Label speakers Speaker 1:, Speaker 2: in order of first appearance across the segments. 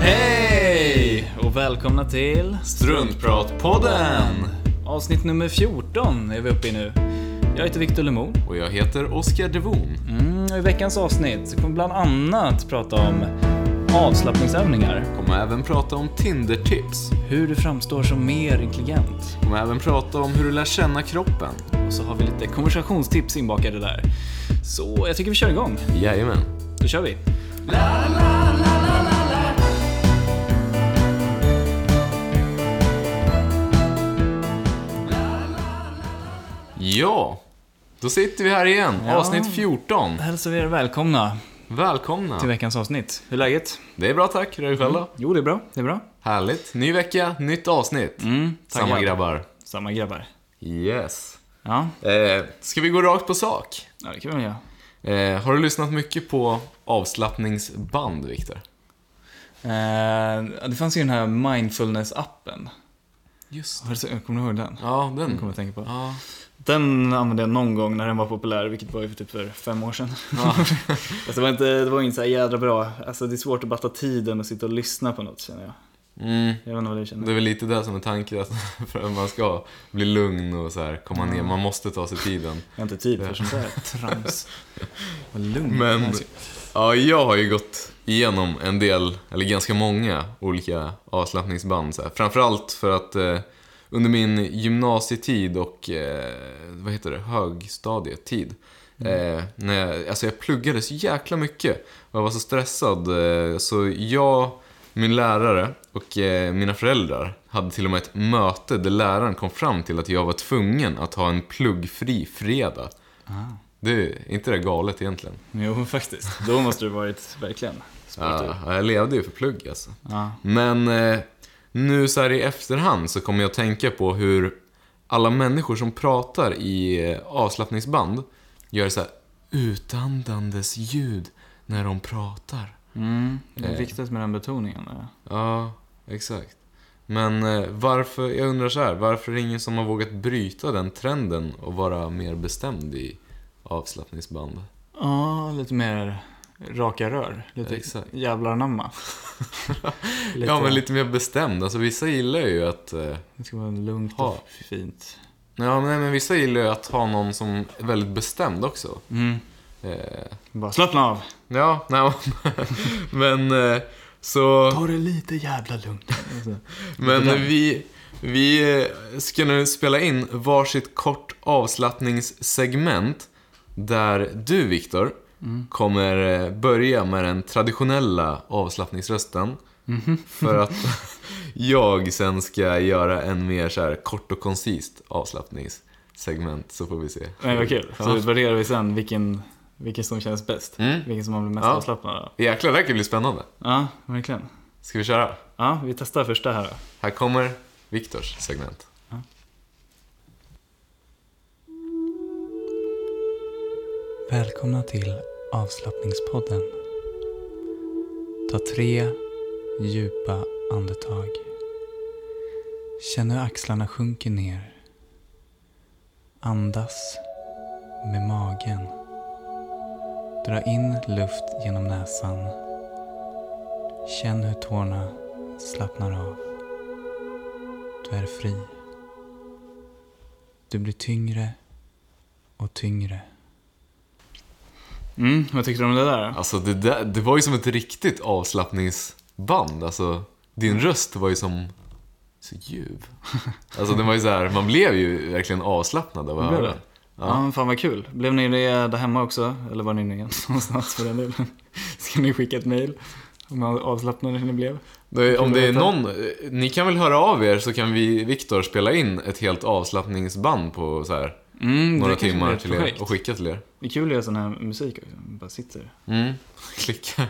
Speaker 1: Hej!
Speaker 2: Och välkomna till
Speaker 1: Struntpratpodden!
Speaker 2: avsnitt nummer 14 är vi uppe i nu. Jag heter Victor Lemo.
Speaker 1: Och jag heter Oskar Devon.
Speaker 2: Mm, och I veckans avsnitt så kommer vi bland annat prata om avslappningsövningar,
Speaker 1: Kommer även prata om Tinder-tips.
Speaker 2: hur du framstår som mer intelligent
Speaker 1: Kommer även prata om hur du lär känna kroppen.
Speaker 2: och så har vi lite konversationstips inbakade där. Så jag tycker vi kör igång.
Speaker 1: Jajamän.
Speaker 2: Då kör vi.
Speaker 1: Ja, då sitter vi här igen. Avsnitt 14.
Speaker 2: Hälsar vi er välkomna
Speaker 1: Välkomna.
Speaker 2: till veckans avsnitt. Hur är läget?
Speaker 1: Det är bra tack. Hur är det själv då?
Speaker 2: Jo, det är bra. Det är bra.
Speaker 1: Härligt. Ny vecka, nytt avsnitt.
Speaker 2: Mm, taggad.
Speaker 1: Samma grabbar.
Speaker 2: Samma grabbar.
Speaker 1: Yes.
Speaker 2: Ja,
Speaker 1: Eh, ska vi gå rakt på sak?
Speaker 2: ja det kan vi väl göra.
Speaker 1: Eh, har du lyssnat mycket på avslappningsband, Viktor?
Speaker 2: Eh, det fanns ju den här mindfulness-appen.
Speaker 1: Just
Speaker 2: Har du sett- Kommer du ihåg den?
Speaker 1: Ja,
Speaker 2: Den kommer
Speaker 1: den.
Speaker 2: jag att tänka på.
Speaker 1: Ja,
Speaker 2: Den använde jag någon gång när den var populär, vilket var ju för typ för fem år sedan.
Speaker 1: Ja.
Speaker 2: alltså, det var inte, det var inte så här jädra bra. Alltså det är svårt att batta tiden och sitta och lyssna på något känner jag.
Speaker 1: mm.
Speaker 2: Jag vet inte vad du känner.
Speaker 1: Det är väl lite det som är tanken, att för att man ska bli lugn och så här, komma ner. Man måste ta sig tiden.
Speaker 2: Jag har inte tid för sånt där trams. Vad lugnt.
Speaker 1: Men ja, jag har ju gått igenom en del, eller ganska många, olika avslappningsband. Så här. Framförallt för att eh, under min gymnasietid och eh, vad heter det, högstadietid. Eh, när jag, alltså jag pluggade så jäkla mycket och jag var så stressad. Eh, så jag, min lärare och eh, mina föräldrar hade till och med ett möte där läraren kom fram till att jag var tvungen att ha en pluggfri fredag. Det är inte det galet egentligen?
Speaker 2: Jo, faktiskt. Då måste du varit verkligen sportig.
Speaker 1: Ja, jag levde ju för plugg alltså.
Speaker 2: Ja.
Speaker 1: Men eh, nu så här i efterhand så kommer jag att tänka på hur alla människor som pratar i eh, avslappningsband gör så här utandandes ljud när de pratar.
Speaker 2: Mm, det är
Speaker 1: Eh.
Speaker 2: viktigt med den betoningen. Där.
Speaker 1: Ja, exakt. Men eh, varför, jag undrar så här, varför är det ingen som har vågat bryta den trenden och vara mer bestämd i avslappningsband?
Speaker 2: Ja, lite mer raka rör. Lite
Speaker 1: Exakt.
Speaker 2: jävlar anamma.
Speaker 1: Ja, men lite mer bestämd. Alltså vissa gillar ju att eh,
Speaker 2: Det ska vara lugnt
Speaker 1: Ha.
Speaker 2: och fint.
Speaker 1: Ja, men, men vissa gillar ju att ha någon som är väldigt bestämd också.
Speaker 2: Mm.
Speaker 1: Eh,
Speaker 2: Bara slappna av.
Speaker 1: ja, nej, men eh, så...
Speaker 2: Ta det lite jävla lugnt.
Speaker 1: Men vi, vi eh, ska nu spela in varsitt kort avslappningssegment där du, Viktor, kommer eh, börja med den traditionella avslappningsrösten. För att jag sen ska göra en mer så här kort och koncist avslappningssegment, så får vi se.
Speaker 2: Nej, vad kul. Så
Speaker 1: Ja.
Speaker 2: utvärderar vi sen vilken, vilken som känns bäst.
Speaker 1: Mm.
Speaker 2: Vilken som man blir mest
Speaker 1: Ja.
Speaker 2: avslappnad av.
Speaker 1: Jäklar, det här kan bli spännande.
Speaker 2: Ja, verkligen.
Speaker 1: Ska vi köra?
Speaker 2: Ja, vi testar första här då.
Speaker 1: Här kommer Viktors segment.
Speaker 2: Välkomna till avslappningspodden. Ta tre djupa andetag. Känn hur axlarna sjunker ner. Andas med magen. Dra in luft genom näsan. Känn hur tårna slappnar av. Du är fri. Du blir tyngre och tyngre. Mm, vad tyckte du om det där?
Speaker 1: Alltså det, där, det var ju som ett riktigt avslappningsband. Alltså,
Speaker 2: Mm.
Speaker 1: din röst var ju som så ljuv. Alltså den var ju så här, man blev ju verkligen avslappnad av att
Speaker 2: Blev
Speaker 1: höra den.
Speaker 2: det? Ja, men fan vad kul. Blev ni det där hemma också? Eller var ni nere någonstans för den delen? Ska ni skicka ett mejl? Om hur avslappnade ni blev?
Speaker 1: Det- Om det är
Speaker 2: veta.
Speaker 1: någon, eh, ni kan väl höra av er så kan vi, Viktor, spela in ett helt avslappningsband på så här,
Speaker 2: Mm,
Speaker 1: några
Speaker 2: det kanske blir
Speaker 1: timmar
Speaker 2: ett
Speaker 1: till er
Speaker 2: projekt.
Speaker 1: och skicka till er.
Speaker 2: Det är kul att göra sån här musik också. Man bara sitter.
Speaker 1: Mm. Klicka.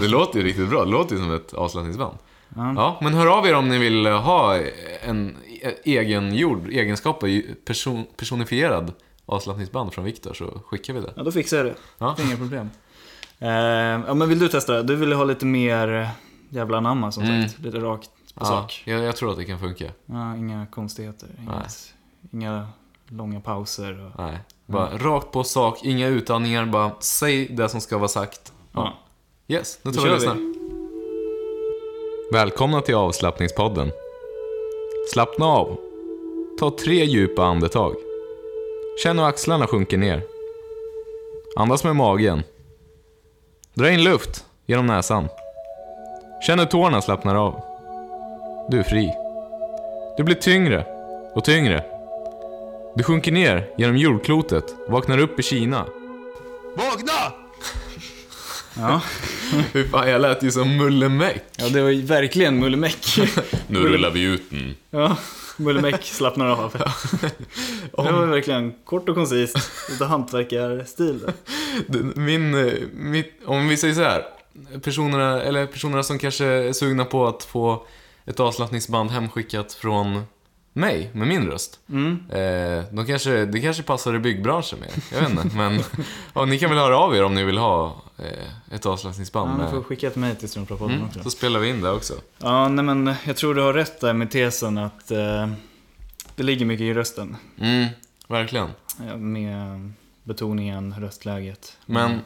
Speaker 1: Det låter ju riktigt bra, det låter ju som ett avslappningsband.
Speaker 2: Ja.
Speaker 1: Ja, men hör av er om ni vill ha en e- egengjord egenskap, person, personifierad avslappningsband från Viktor så skickar vi det.
Speaker 2: Ja, då fixar jag det.
Speaker 1: Ja.
Speaker 2: Inga problem. Eh, Eh, ja, men vill du testa det? Du ville ha lite mer jävla anamma som
Speaker 1: Mm.
Speaker 2: sagt. Lite rakt på
Speaker 1: Ja,
Speaker 2: sak.
Speaker 1: jag, jag tror att det kan funka.
Speaker 2: Ja, inga konstigheter. Inget, inga långa pauser. Och,
Speaker 1: Nej. Bara rakt på sak, inga utandningar, bara säg det som ska vara sagt.
Speaker 2: ja.
Speaker 1: Yes, nu
Speaker 2: Då
Speaker 1: tar vi och
Speaker 2: kör
Speaker 1: lyssnar. Välkomna till avslappningspodden. Slappna av. Ta tre djupa andetag. Känn hur axlarna sjunker ner. Andas med magen. Dra in luft genom näsan. Känn hur tårna slappnar av. Du är fri. Du blir tyngre och tyngre. Du sjunker ner genom jordklotet och vaknar upp i Kina. Vakna!
Speaker 2: Ja.
Speaker 1: Hur fan, jag lät ju som Mulle Meck.
Speaker 2: ja, det var ju verkligen Mullemäck.
Speaker 1: Nu rullar vi ut den.
Speaker 2: ja, Mullemäck slappnar av. Det var verkligen kort och koncist. Lite hantverkarstil.
Speaker 1: Min, eh, mitt, om vi säger så här. Personerna, eller personerna som kanske är sugna på att få ett avslappningsband hemskickat från mig, med min röst.
Speaker 2: Mm.
Speaker 1: Eh, de kanske, det kanske passar i byggbranschen mer. Jag vet inte, men ja, ni kan väl höra av er om ni vill ha eh, ett avslappningsband.
Speaker 2: Ja, ni får
Speaker 1: med,
Speaker 2: skicka ett mejl till Strumpapodden
Speaker 1: mm,
Speaker 2: också.
Speaker 1: så spelar vi in det också.
Speaker 2: Ja, nej men jag tror du har rätt där med tesen att eh, det ligger mycket i rösten.
Speaker 1: Mm, verkligen.
Speaker 2: Eh, Med betoningen, röstläget.
Speaker 1: Men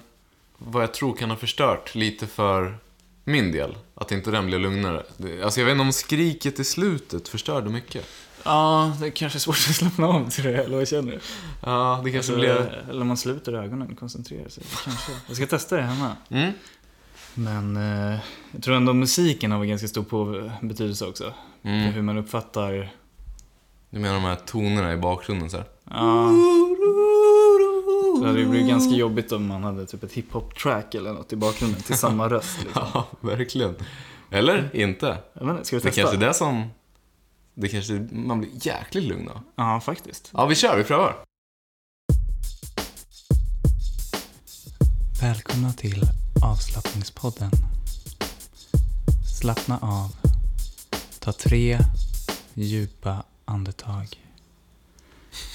Speaker 1: vad jag tror kan ha förstört lite för min del, att inte den blev lugnare. Det- Alltså jag vet inte om skriket i slutet förstörde mycket.
Speaker 2: Ja, det är kanske är svårt att slappna av till det, eller vad känner du?
Speaker 1: Ja, det kanske
Speaker 2: Alltså,
Speaker 1: blev...
Speaker 2: Eller man sluter ögonen och koncentrerar sig. Kanske. Jag ska testa det hemma.
Speaker 1: Mm.
Speaker 2: Men eh, jag tror ändå musiken har en ganska stor på- betydelse också. För
Speaker 1: Mm.
Speaker 2: hur man uppfattar...
Speaker 1: Du menar de här tonerna i bakgrunden så här.
Speaker 2: Ja, det hade ju blivit ganska jobbigt om man hade typ ett hiphop-track eller något i bakgrunden till samma röst. Liksom.
Speaker 1: Ja, verkligen. Eller inte.
Speaker 2: Jag vet inte, ska vi
Speaker 1: Det
Speaker 2: testa?
Speaker 1: kanske är det som... Det kanske man blir jäkligt lugn av.
Speaker 2: Ja, faktiskt.
Speaker 1: Ja, vi kör, vi prövar.
Speaker 2: Välkomna till avslappningspodden. Slappna av. Ta tre djupa andetag.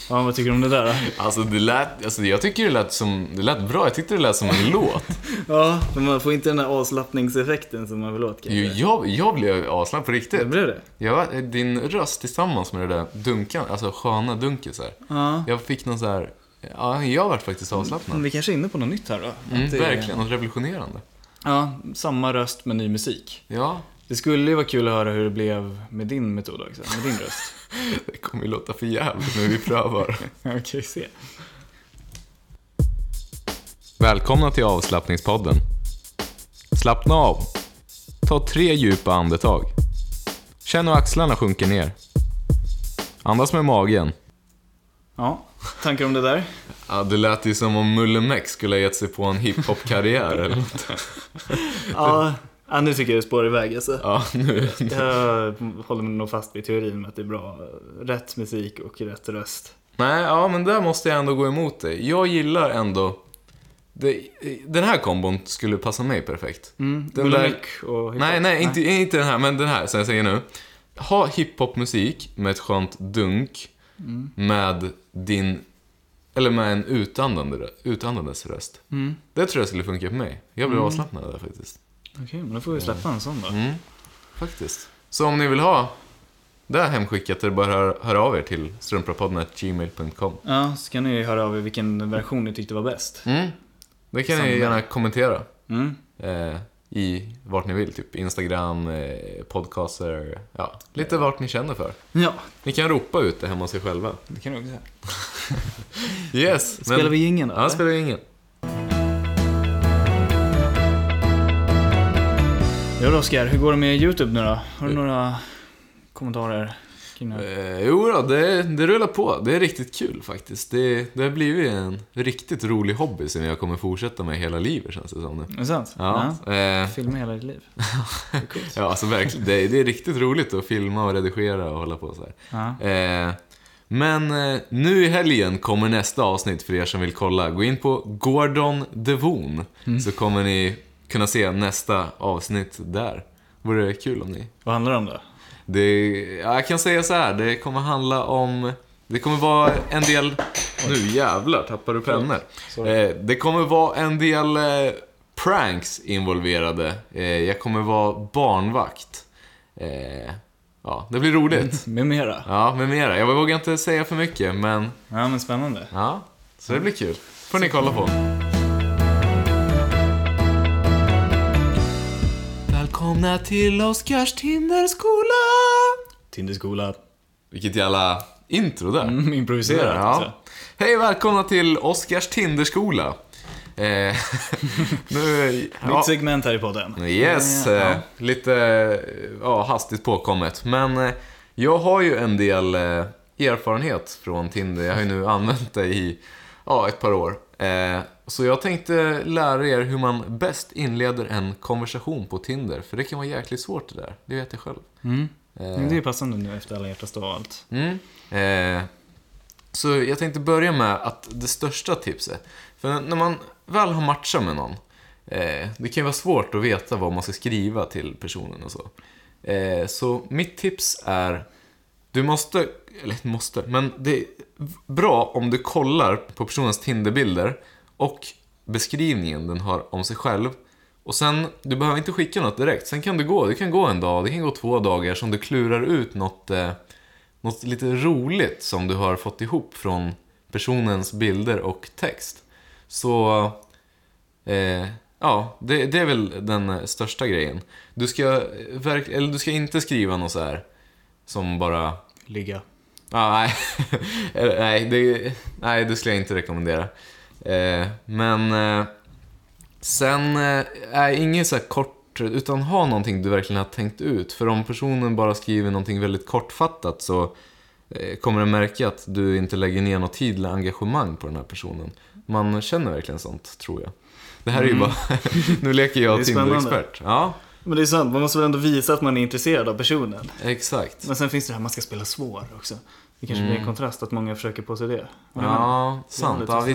Speaker 2: Ja, vad tycker du om det där då?
Speaker 1: Alltså, det lät, alltså jag tycker det lät som... Det lät bra. Jag tyckte det lät som en låt.
Speaker 2: Ja, men man får inte den där avslappningseffekten som man vill åt
Speaker 1: Jo,
Speaker 2: kanske.
Speaker 1: jag, jag blev aslapp på
Speaker 2: Det
Speaker 1: riktigt.
Speaker 2: blev det?
Speaker 1: Ja, eh, din röst tillsammans med det där dunkan, alltså sköna dunket så här.
Speaker 2: Ja.
Speaker 1: Jag fick någon så här, ja, jag vart faktiskt
Speaker 2: Men
Speaker 1: avslappnad.
Speaker 2: vi kanske är inne på något nytt här då? Att
Speaker 1: Mm,
Speaker 2: Mm. det-
Speaker 1: verkligen, något revolutionerande.
Speaker 2: Ja, samma röst med ny musik.
Speaker 1: Ja,
Speaker 2: Det skulle ju vara kul att höra hur det blev med din metod också, med din röst.
Speaker 1: det kommer ju låta för jävligt när vi prövar.
Speaker 2: Okej, se.
Speaker 1: Välkomna till avslappningspodden. Slappna av. Ta tre djupa andetag. Känn hur axlarna sjunker ner. Andas med magen.
Speaker 2: Ja, tankar om det där?
Speaker 1: Ja, det lät ju som om Mulle Meck skulle ha gett sig på en hiphop-karriär eller något.
Speaker 2: Ja, ja nu tycker jag det spårar iväg alltså.
Speaker 1: Ja, nu.
Speaker 2: Jag håller mig nog fast vid teorin med att det är bra, rätt musik och rätt röst.
Speaker 1: Nej, ja men där måste jag ändå gå emot dig. Jag gillar ändå... Det, den här kombon skulle passa mig perfekt.
Speaker 2: Mm,
Speaker 1: Den
Speaker 2: Mulle
Speaker 1: där-
Speaker 2: Meck och hiphop.
Speaker 1: Nej, nej, inte, inte den här, men den här som jag säger nu. Ha hiphopmusik med ett skönt dunk
Speaker 2: Mm.
Speaker 1: med din... Eller med en utandande, rö- utandandes röst.
Speaker 2: Mm.
Speaker 1: Det tror jag skulle funka för mig. Jag blev avslappnad där faktiskt.
Speaker 2: Okej, men då får vi släppa en sån då.
Speaker 1: Mm, faktiskt. Så om ni vill ha det här hemskickat, det är bara hör, hör av er till strumpapodden.gmail.com.
Speaker 2: Ja, så kan ni höra av er vilken version ni tyckte var bäst.
Speaker 1: Mm. Det kan ni
Speaker 2: Samma.
Speaker 1: gärna kommentera.
Speaker 2: Mm.
Speaker 1: eh, i vart ni vill, typ Instagram, eh, podcaster, ja,
Speaker 2: Eh.
Speaker 1: lite vart ni känner för.
Speaker 2: Ja,
Speaker 1: Ni kan ropa ut det hemma hos er själva.
Speaker 2: det kan du också säga.
Speaker 1: Yes! men-
Speaker 2: Spelar vi jingeln då?
Speaker 1: Ja, spelar vi ingen.
Speaker 2: Ja då Oskar, hur går det med YouTube nu då? Har du några kommentarer? Kring det? här?
Speaker 1: Eh, jo då, det, det rullar på. Det är riktigt kul faktiskt. Det, det har blivit en riktigt rolig hobby som jag kommer fortsätta med hela livet känns det som nu.
Speaker 2: Är det sant?
Speaker 1: Ja, eh,
Speaker 2: Ja. Filma hela ditt liv. Det är coolt.
Speaker 1: ja alltså verkligen. Det, det är riktigt roligt att filma och redigera och hålla på så här.
Speaker 2: Ja.
Speaker 1: Eh, men eh, nu i helgen kommer nästa avsnitt för er som vill kolla. Gå in på Gordon Devon så kommer ni kunna se nästa avsnitt där. Vore kul om ni...
Speaker 2: Vad handlar det om då?
Speaker 1: Det, ja, jag kan säga så här, det kommer handla om... Det kommer vara en del... Nu jävlar tappar du pennor.
Speaker 2: Sorry.
Speaker 1: Eh, det kommer vara en del eh, pranks involverade. Eh, jag kommer vara barnvakt. Eh, ja, det blir roligt.
Speaker 2: Med mera.
Speaker 1: Ja, med mera. Jag vågar inte säga för mycket, men
Speaker 2: Ja, men spännande.
Speaker 1: ja. Så det blir kul. får ni kolla på. Välkomna till Oskars Tinderskola!
Speaker 2: Tinderskola.
Speaker 1: Vilket jävla intro där.
Speaker 2: Mm, improviserat.
Speaker 1: Ja.
Speaker 2: också.
Speaker 1: Hej välkomna till Oskars Tinderskola. Eh, nu, ja,
Speaker 2: Nytt segment här i podden.
Speaker 1: yes,
Speaker 2: Ja, ja, ja.
Speaker 1: eh, lite eh, ja, hastigt påkommet. Men eh, jag har ju en del eh, erfarenhet från Tinder. Jag har ju nu använt det i ja, ett par år. Eh, så jag tänkte lära er hur man bäst inleder en konversation på Tinder. För det kan vara jäkligt svårt det där. Det vet jag själv.
Speaker 2: Mm.
Speaker 1: Eh,
Speaker 2: Men Det är passande nu efter alla hjärtas dag och allt.
Speaker 1: Mm. Eh, så jag tänkte börja med att det största tipset. För när man väl har matchat med någon, eh, det kan ju vara svårt att veta vad man ska skriva till personen och så. Eh, så mitt tips är, du måste, eller måste, men det är bra om du kollar på personens Tinderbilder och beskrivningen den har om sig själv. Och sen, du behöver inte skicka något direkt. Sen kan du gå, det kan gå en dag, det kan gå två dagar som du klurar ut något eh, något lite roligt som du har fått ihop från personens bilder och text. Så, eh, ja, det, det är väl den eh, största grejen. Du ska, eh, verk- eller du ska inte skriva något så här som bara
Speaker 2: Ligga.
Speaker 1: Ja, nej. Eller, nej, det, nej, det skulle jag inte rekommendera. Eh, men eh, sen, eh, nej, inget så här kort, utan ha någonting du verkligen har tänkt ut. För om personen bara skriver någonting väldigt kortfattat så eh, kommer den märka att du inte lägger ner något tid eller engagemang på den här personen. Man känner verkligen sånt, tror jag. Det här är ju bara, nu leker
Speaker 2: Mm. Det
Speaker 1: jag
Speaker 2: är spännande.
Speaker 1: Tinder-expert. Ja,
Speaker 2: Men det är sant, man måste väl ändå visa att man är intresserad av personen.
Speaker 1: exakt.
Speaker 2: Men sen finns det det här man ska spela svår också. Det kanske blir en kontrast att många försöker på sig det.
Speaker 1: Ja, sant.
Speaker 2: lite
Speaker 1: Ja,
Speaker 2: så här.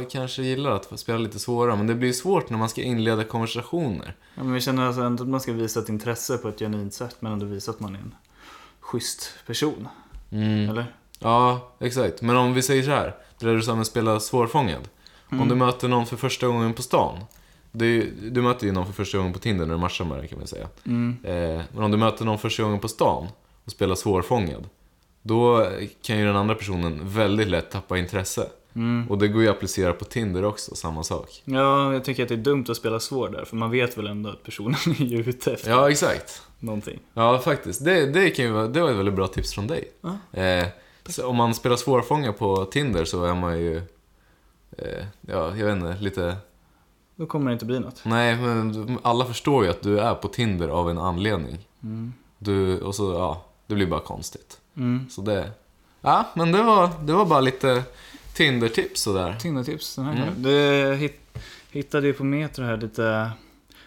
Speaker 1: vissa kanske gillar att spela lite svåra, men det blir svårt när man ska inleda konversationer.
Speaker 2: Ja, men vi känner alltså ändå att man ska visa ett intresse på ett genuint sätt men ändå visa att man är en schysst person. Eller?
Speaker 1: Ja, exakt. Men om vi säger så här, det där du sa med att spela svårfångad. Om du möter någon för första gången på stan. Du, du möter ju någon för första gången på Tinder när du matchar med den kan man säga. Eh, men om du möter någon första gången på stan och spelar svårfångad. Då kan ju den andra personen väldigt lätt tappa intresse. Och det går ju att applicera på Tinder också, samma sak.
Speaker 2: Mm. Ja, jag tycker att det är dumt att spela svår där för man vet väl ändå att personen är ju ute efter
Speaker 1: Ja, exakt.
Speaker 2: någonting.
Speaker 1: Ja, faktiskt. Det, det, kan ju vara, det var ett väldigt bra tips från dig. Eh, så om man spelar svårfånga på Tinder så är man ju... Eh, ja, jag vet inte, lite...
Speaker 2: Då kommer det inte bli något.
Speaker 1: Nej, men alla förstår ju att du är på Tinder av en anledning. Du, och så, ja, det blir bara konstigt.
Speaker 2: Mm.
Speaker 1: Så det... Ja, men det var, det var bara lite Tinder-tips sådär.
Speaker 2: Tindertips den här gången. Du hit, Mm. hittade ju på Metro här lite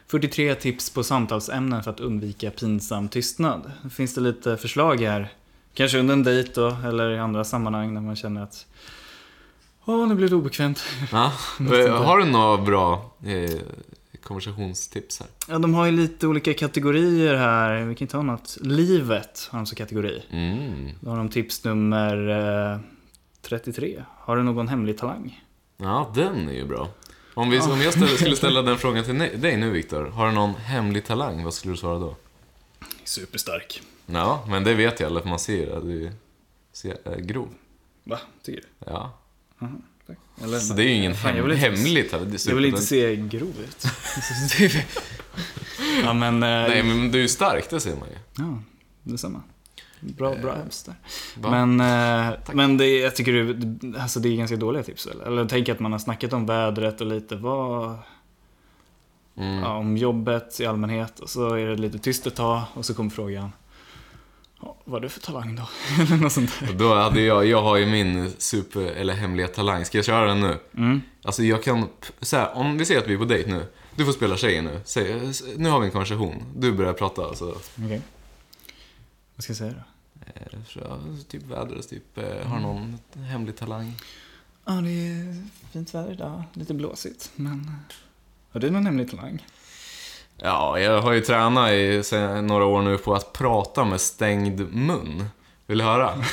Speaker 2: 43 tips på samtalsämnen för att undvika pinsam tystnad. Finns det lite förslag här? Kanske under en dejt då, eller i andra sammanhang när man känner att Åh, nu blev det obekvämt.
Speaker 1: Ja. Har du några bra eh, konversationstips här?
Speaker 2: Ja, de har ju lite olika kategorier här. Vi kan ta något. Livet har de som kategori.
Speaker 1: Mm.
Speaker 2: Då har de tips nummer eh, 33. Har du någon hemlig talang?
Speaker 1: Ja, den är ju bra. Om, vi, om jag ställer, skulle ställa den frågan till ne- dig nu, Viktor. Har du någon hemlig talang? Vad skulle du svara då?
Speaker 2: Superstark.
Speaker 1: Ja, men det vet jag alla, för man ser det. Du är så jävla grov.
Speaker 2: Va? Tycker du?
Speaker 1: Ja.
Speaker 2: Eller,
Speaker 1: Så det är ju ingen
Speaker 2: Fan, jag
Speaker 1: hem,
Speaker 2: vill inte-
Speaker 1: hemlig talang. Det är
Speaker 2: Jag vill
Speaker 1: super-
Speaker 2: inte se grov ut. ja men... eh,
Speaker 1: Nej, men du är ju stark, det ser man ju.
Speaker 2: Ja, detsamma. Bra, bra hemskt där.
Speaker 1: Eh, va?
Speaker 2: Men, eh, men det, är- jag tycker du, alltså det är ganska dåliga tips eller? Eller tänk att man har snackat om vädret och lite vad...
Speaker 1: Mm.
Speaker 2: Ja, om jobbet i allmänhet och så är det lite tyst ett tag och så kommer frågan. Ja, vad är du för talang då? eller något sånt där.
Speaker 1: Och Då hade jag, jag har ju min super, eller hemliga talang. Ska jag köra den nu?
Speaker 2: Mm.
Speaker 1: Alltså jag kan, p- så här, om vi säger att vi är på dejt nu. Du får spela tjejen nu. Säg, eh, s- nu har vi en konversation. Du börjar prata alltså.
Speaker 2: Okej. Vad ska jag säga då?
Speaker 1: Eh, så, Typ vädret, typ, eh, har någon hemlig talang?
Speaker 2: Ja, det är fint väder idag. Lite blåsigt, men... Har du någon hemlig talang?
Speaker 1: Ja, jag har ju tränat i sen några år nu på att prata med stängd mun. Vill du höra?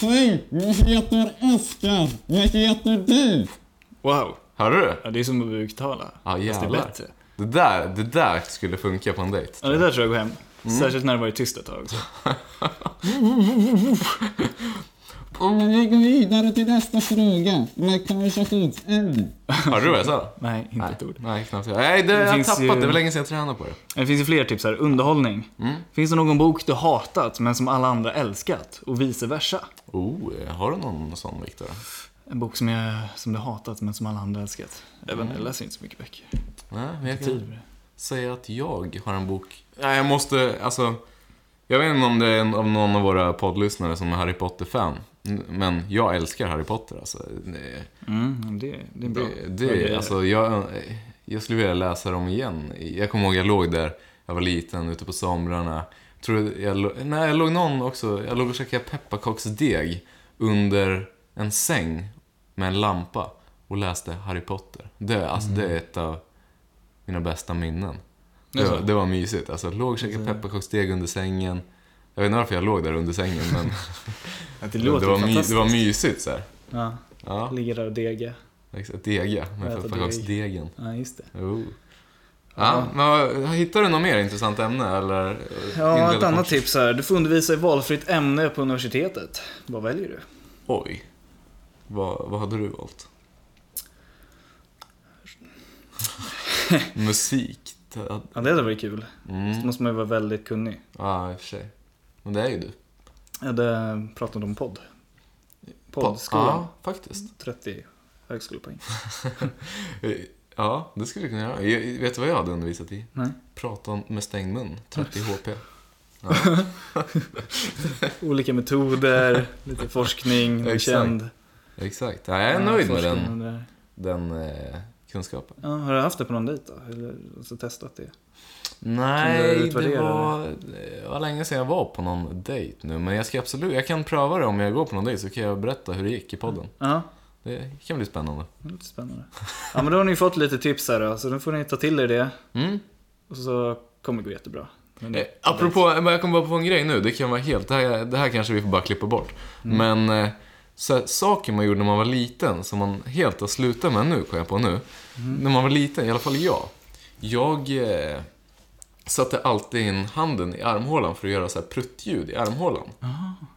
Speaker 3: Hej, jag heter Oskar. Jag heter du.
Speaker 2: Wow!
Speaker 1: Hörde du?
Speaker 2: Ja, det är som att buktala.
Speaker 1: Ja,
Speaker 2: Fast det är
Speaker 1: jävlar.
Speaker 2: bättre.
Speaker 1: Det där, det där skulle funka på en dejt.
Speaker 2: Ja, det där tror jag går hem.
Speaker 1: Mm.
Speaker 2: Särskilt när det varit tyst ett tag. också.
Speaker 3: Om vi går vidare till nästa fråga med konversationsämne.
Speaker 1: Hörde du vad jag sa?
Speaker 2: Nej, inte
Speaker 1: Nej,
Speaker 2: ett ord.
Speaker 1: nej knappt. jag. Nej, det,
Speaker 2: Det
Speaker 1: jag har
Speaker 2: finns
Speaker 1: tappat.
Speaker 2: ju-
Speaker 1: Det var länge sedan jag tränade på det.
Speaker 2: Det finns ju fler tips här. Underhållning.
Speaker 1: Mm.
Speaker 2: Finns det någon bok du hatat men som alla andra älskat? Och vice versa.
Speaker 1: Oh, eh, har du någon sån Viktor?
Speaker 2: En bok som, jag, som du hatat men som alla andra älskat. Jag, vet,
Speaker 1: Mm.
Speaker 2: inte, jag läser inte så mycket böcker.
Speaker 1: Nej, men jag
Speaker 2: Tid
Speaker 1: kan
Speaker 2: för det.
Speaker 1: säga att jag har en bok. Nej, jag måste, alltså. Jag vet inte om det är en- om någon av våra poddlyssnare som är Harry Potter-fan. N- Men jag älskar Harry Potter alltså. Det,
Speaker 2: Mm, det, det är bra.
Speaker 1: det, det, alltså jag, jag skulle vilja läsa dem igen. Jag kommer ihåg jag låg där, jag var liten, ute på somrarna. Tror jag, lå- nej, jag låg någon också, jag låg och käkade pepparkaksdeg under en säng med en lampa och läste Harry Potter. Det, alltså, det
Speaker 2: Mm.
Speaker 1: är ett av mina bästa minnen. Det,
Speaker 2: Jaså?
Speaker 1: var- det var mysigt. Alltså, jag låg och käkade pepparkaksdeg under sängen. Jag vet inte varför jag låg där under sängen, men
Speaker 2: Att det
Speaker 1: det,
Speaker 2: låter
Speaker 1: var, my,
Speaker 2: fantastiskt.
Speaker 1: det var mysigt. Så här.
Speaker 2: Ja,
Speaker 1: Ja,
Speaker 2: ligger där och dega.
Speaker 1: exakt. Dega med
Speaker 2: Äta deg.
Speaker 1: pepparkaksdegen.
Speaker 2: Ja, just det.
Speaker 1: Oh. Ja, men vad- hittar du något mer intressant ämne eller? eh,
Speaker 2: Ja,
Speaker 1: inleder
Speaker 2: ett annat
Speaker 1: fortsatt-
Speaker 2: tips här. Du får undervisa i valfritt ämne på universitetet. Vad väljer du?
Speaker 1: Oj. Vad, vad hade du valt? Musik. Ja,
Speaker 2: Ja, det hade varit kul. Så
Speaker 1: mm.
Speaker 2: måste man ju vara väldigt kunnig.
Speaker 1: ah, i och för sig. Men det är ju du.
Speaker 2: Jag hade pratat om podd.
Speaker 1: Ja,
Speaker 2: Poddskolan.
Speaker 1: faktiskt.
Speaker 2: 30 högskolepoäng.
Speaker 1: Eh, Ja, det skulle du kunna göra. Jag, vet du vad jag hade undervisat i?
Speaker 2: Nej.
Speaker 1: Prata om- med stängd mun. 30 HP.
Speaker 2: Olika metoder, lite forskning, bli
Speaker 1: Exakt.
Speaker 2: känd.
Speaker 1: Exakt. Ja, jag är nöjd med
Speaker 2: forskning
Speaker 1: den,
Speaker 2: och det där.
Speaker 1: den eh, kunskapen.
Speaker 2: Ja, har du haft det på någon dejt då? Eller alltså, testat det? Kan du
Speaker 1: Nej, det
Speaker 2: utvärdera
Speaker 1: var, det var länge sedan jag var på någon dejt nu. Men jag ska absolut, jag kan pröva det om jag går på någon dejt så kan jag berätta hur det gick i podden.
Speaker 2: Ja,
Speaker 1: Det kan bli spännande.
Speaker 2: det är lite spännande. Ja, men då har ni ju fått lite tips här då, så nu får ni ta till er det.
Speaker 1: Mm.
Speaker 2: Och så kommer det gå jättebra. Men,
Speaker 1: Eh, apropå, men jag kom bara på en grej nu. Det kan vara helt, det här, det här kanske vi får bara klippa bort.
Speaker 2: Mm.
Speaker 1: Men eh, så, här, saker man gjorde när man var liten som man helt har slutat med nu, kom jag på nu.
Speaker 2: Mm.
Speaker 1: När man var liten, i alla fall jag. Jag eh, satte alltid in handen i armhålan för att göra så här pruttljud i armhålan.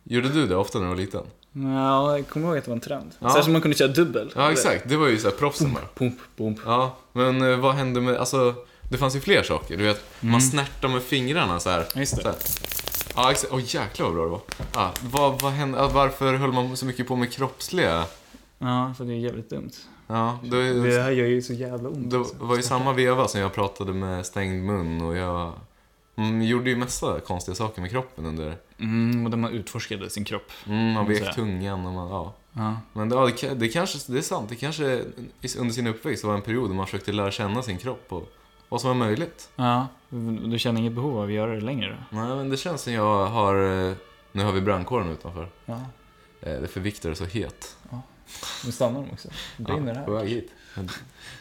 Speaker 1: Gjorde du det ofta när du var liten?
Speaker 2: Ja, jag kommer ihåg att det var en trend.
Speaker 1: Ja.
Speaker 2: Särskilt om man kunde köra dubbel.
Speaker 1: Ja, exakt. Det var ju så här proffsen bara.
Speaker 2: Pump, pump.
Speaker 1: Ja, men eh, vad hände med... Alltså, det fanns ju fler saker. Du vet, man snärtar med fingrarna så här.
Speaker 2: Ja, Mm. just det.
Speaker 1: Så här. Ja, exakt. Åh, jäklar vad bra det var. Ja, vad, vad hände, ja, varför höll man så mycket på med kroppsliga?
Speaker 2: Ja, för det är jävligt dumt.
Speaker 1: Ja, det,
Speaker 2: Det
Speaker 1: var-
Speaker 2: här gör ju så jävla ont. alltså.
Speaker 1: det var ju samma veva som jag pratade med stängd mun och jag... Man gjorde ju massa konstiga saker med kroppen under...
Speaker 2: Mm, och där man utforskade sin kropp.
Speaker 1: Mm, man
Speaker 2: Mm, så
Speaker 1: vek
Speaker 2: här.
Speaker 1: tungan och man... Ja.
Speaker 2: Ja.
Speaker 1: Men det, ja, det, ka- det kanske, det är sant. Det kanske i- under sin uppväxt var en period där man försökte lära känna sin kropp och vad som var möjligt.
Speaker 2: ja. Du känner inget behov av att göra det längre då?
Speaker 1: Nej, men det känns som jag har... eh, Nu har vi brandkåren utanför. Eh,
Speaker 2: Ja.
Speaker 1: Det är för Viktor är så het.
Speaker 2: Nu stannar de också.
Speaker 1: Ja,
Speaker 2: Brinner
Speaker 1: På
Speaker 2: här.
Speaker 1: väg hit.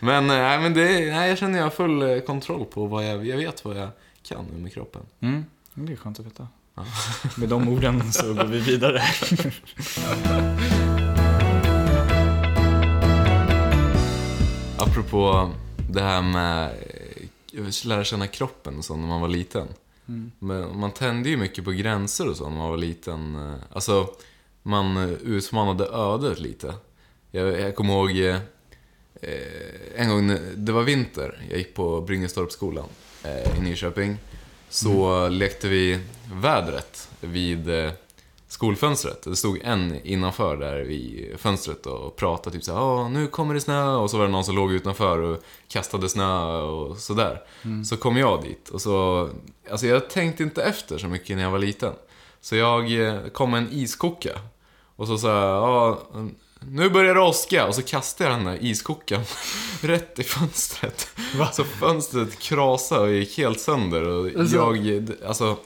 Speaker 1: Men, eh, nej, men det, nej, jag känner jag har full eh, kontroll på vad jag... Jag vet vad jag kan nu med kroppen.
Speaker 2: Mm. Det är skönt att veta. Med de orden så går vi vidare.
Speaker 1: Apropå det här med eh, lära känna kroppen och så när man var liten.
Speaker 2: Mm.
Speaker 1: Men man tände ju mycket på gränser och så när man var liten. eh, Alltså, man eh, utmanade ödet lite. Jag, jag kommer ihåg eh, eh, en gång, när- det var vinter, jag gick på Bryngestorpsskolan eh, i Nyköping. Så lekte vi vädret vid eh, skolfönstret. Det stod en innanför där vid fönstret och pratade typ såhär Åh, nu kommer det snö” och så var det någon som låg utanför och kastade snö och sådär. Så kom jag dit och så, alltså jag tänkte inte efter så mycket när jag var liten. Så jag eh, kom med en iskoka och så sa jag "Ja, mm, nu börjar det åska och så kastade jag den där iskokan rätt i fönstret. Så fönstret krasade och gick helt sönder och
Speaker 2: Alltså.
Speaker 1: jag, alltså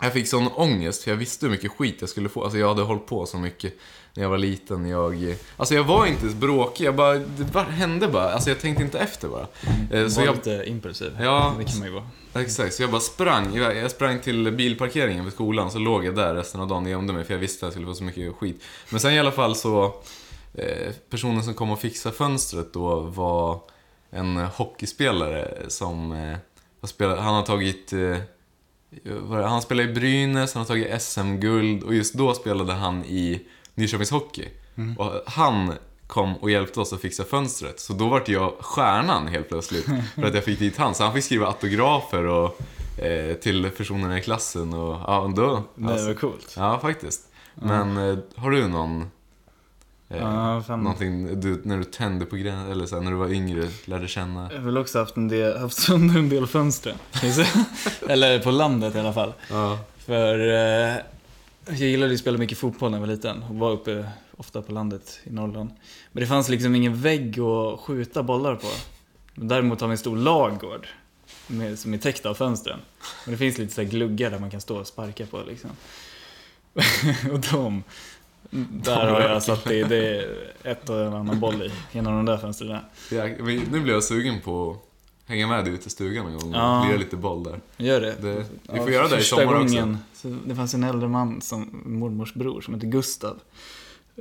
Speaker 1: jag fick sån ångest för jag visste hur mycket skit jag skulle få. Alltså jag hade hållit på så mycket när jag var liten. Jag, alltså jag var inte ens bråkig, jag bara, det bara hände bara. Alltså jag tänkte inte efter bara. Eh, Så
Speaker 2: var
Speaker 1: jag,
Speaker 2: lite impulsiv.
Speaker 1: Ja.
Speaker 2: Det kan man ju vara.
Speaker 1: exakt, så jag bara sprang iväg. Jag sprang till bilparkeringen vid skolan, så låg jag där resten av dagen och gömde mig för jag visste att jag skulle få så mycket skit. Men sen i alla fall så eh, personen som kom och fixade fönstret då var en hockeyspelare som eh, har spelat, han har tagit eh, vad är det? han spelar i Brynäs, han har tagit SM-guld och just då spelade han i Nyköpings Hockey.
Speaker 2: Mm.
Speaker 1: Och han kom och hjälpte oss att fixa fönstret. Så då vart jag stjärnan helt plötsligt för att jag fick dit han. Så han fick skriva autografer och, eh, till personerna i klassen och ja, då... alltså,
Speaker 2: Nej, det var coolt.
Speaker 1: Ja, faktiskt. Men eh, har du någon... Eh,
Speaker 2: Ja, fan.
Speaker 1: någonting du, när du tände på gränsen, eller så här, när du var yngre, lärde känna?
Speaker 2: Jag har väl också haft, en del, haft sönder en del fönster. kan jag säga. Eller på landet i alla fall.
Speaker 1: Ja.
Speaker 2: För eh, jag gillade ju att spela mycket fotboll när jag var liten och var uppe ofta på landet i Norrland. Men det fanns liksom ingen vägg att skjuta bollar på. Däremot har vi en stor lagård med, som är täckt av fönstren. Men det finns lite så här gluggar där man kan stå och sparka på liksom. och de, där har jag satt i, det är ett och en annan boll i genom de där fönstren. där.
Speaker 1: Ja, men nu blir jag sugen på att hänga med dig ut i stugan en gång och
Speaker 2: Ja.
Speaker 1: lira lite boll där.
Speaker 2: Gör det.
Speaker 1: Det, vi får göra det i
Speaker 2: första
Speaker 1: sommar också.
Speaker 2: gången, Så det fanns en äldre man, som, mormors bror, som hette Gustav.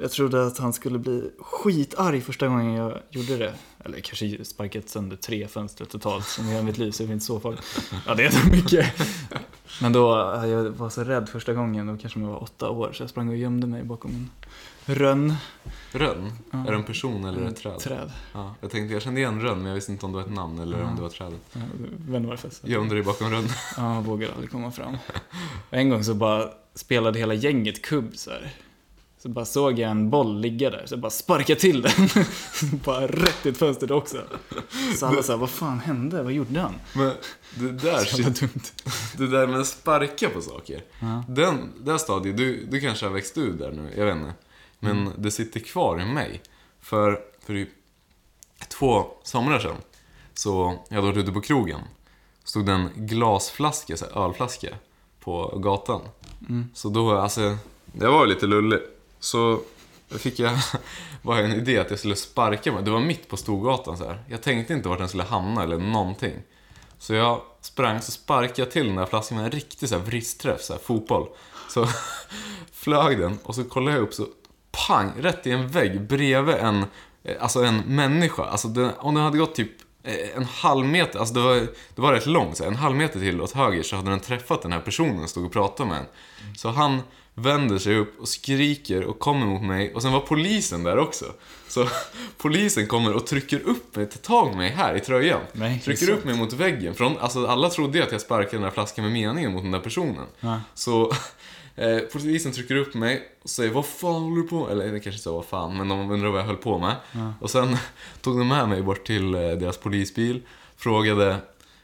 Speaker 2: Jag trodde att han skulle bli skitarg första gången jag gjorde det. Eller kanske sparkat sönder tre fönster totalt som jag i mitt liv, så det är inte så farligt. Ja, det är så mycket. Men då, eh, jag var så rädd första gången, då kanske man var åtta år, så jag sprang och gömde mig bakom en rönn.
Speaker 1: Rönn?
Speaker 2: Ja. Mm,
Speaker 1: Är det en person eller ett träd?
Speaker 2: Träd.
Speaker 1: Ja, jag tänkte, jag kände igen rönn men jag visste inte om det var ett namn eller
Speaker 2: Ja.
Speaker 1: om det var trädet.
Speaker 2: Jag vet inte varför.
Speaker 1: Gömde dig bakom rönn.
Speaker 2: Ja, han vågade aldrig komma fram. Och en gång så bara spelade hela gänget kubb så här. Så bara såg jag en boll ligga där, så jag bara sparkade till den. bara rätt i ett fönster också. Så alla sa, vad fan hände? Vad gjorde han?
Speaker 1: Men det där,
Speaker 2: Så jävla
Speaker 1: shit,
Speaker 2: dumt.
Speaker 1: det där med att sparka på saker.
Speaker 2: Ja.
Speaker 1: Den, det här stadiet, du, du kanske har växt ur där nu, jag vet inte. Men det sitter kvar i mig. För, för typ två somrar sedan, så jag hade varit ute på krogen. Stod det en glasflaska, så här, ölflaska, på gatan. Så då, alltså, jag var ju lite lullig. Så fick jag, var en idé att jag skulle sparka mig. Det var mitt på Storgatan så här. Jag tänkte inte vart den skulle hamna eller någonting. Så jag sprang så sparkade jag till den där flaskan med en riktig så här vristträff, så här fotboll. Så flög den och så kollade jag upp så pang, rätt i en vägg bredvid en, eh, alltså en människa. Alltså den, om den hade gått typ eh, en halv meter, alltså det var, det var rätt långt, så här, en halv meter till åt höger så hade den träffat den här personen som stod och pratade med en. Så han vänder sig upp och skriker och kommer mot mig och sen var polisen där också. Så polisen kommer och trycker upp mig, tar tag i mig här i tröjan.
Speaker 2: Nej, det är
Speaker 1: trycker upp mig mot väggen. För de, alltså, alla trodde ju att jag sparkade den där flaskan med meningen mot den där personen.
Speaker 2: Ja.
Speaker 1: Så eh, polisen trycker upp mig och säger vad fan håller du på med? Eller det kanske sa vad fan, men de undrar vad jag höll på med. Och sen tog de med mig bort till eh, deras polisbil, frågade,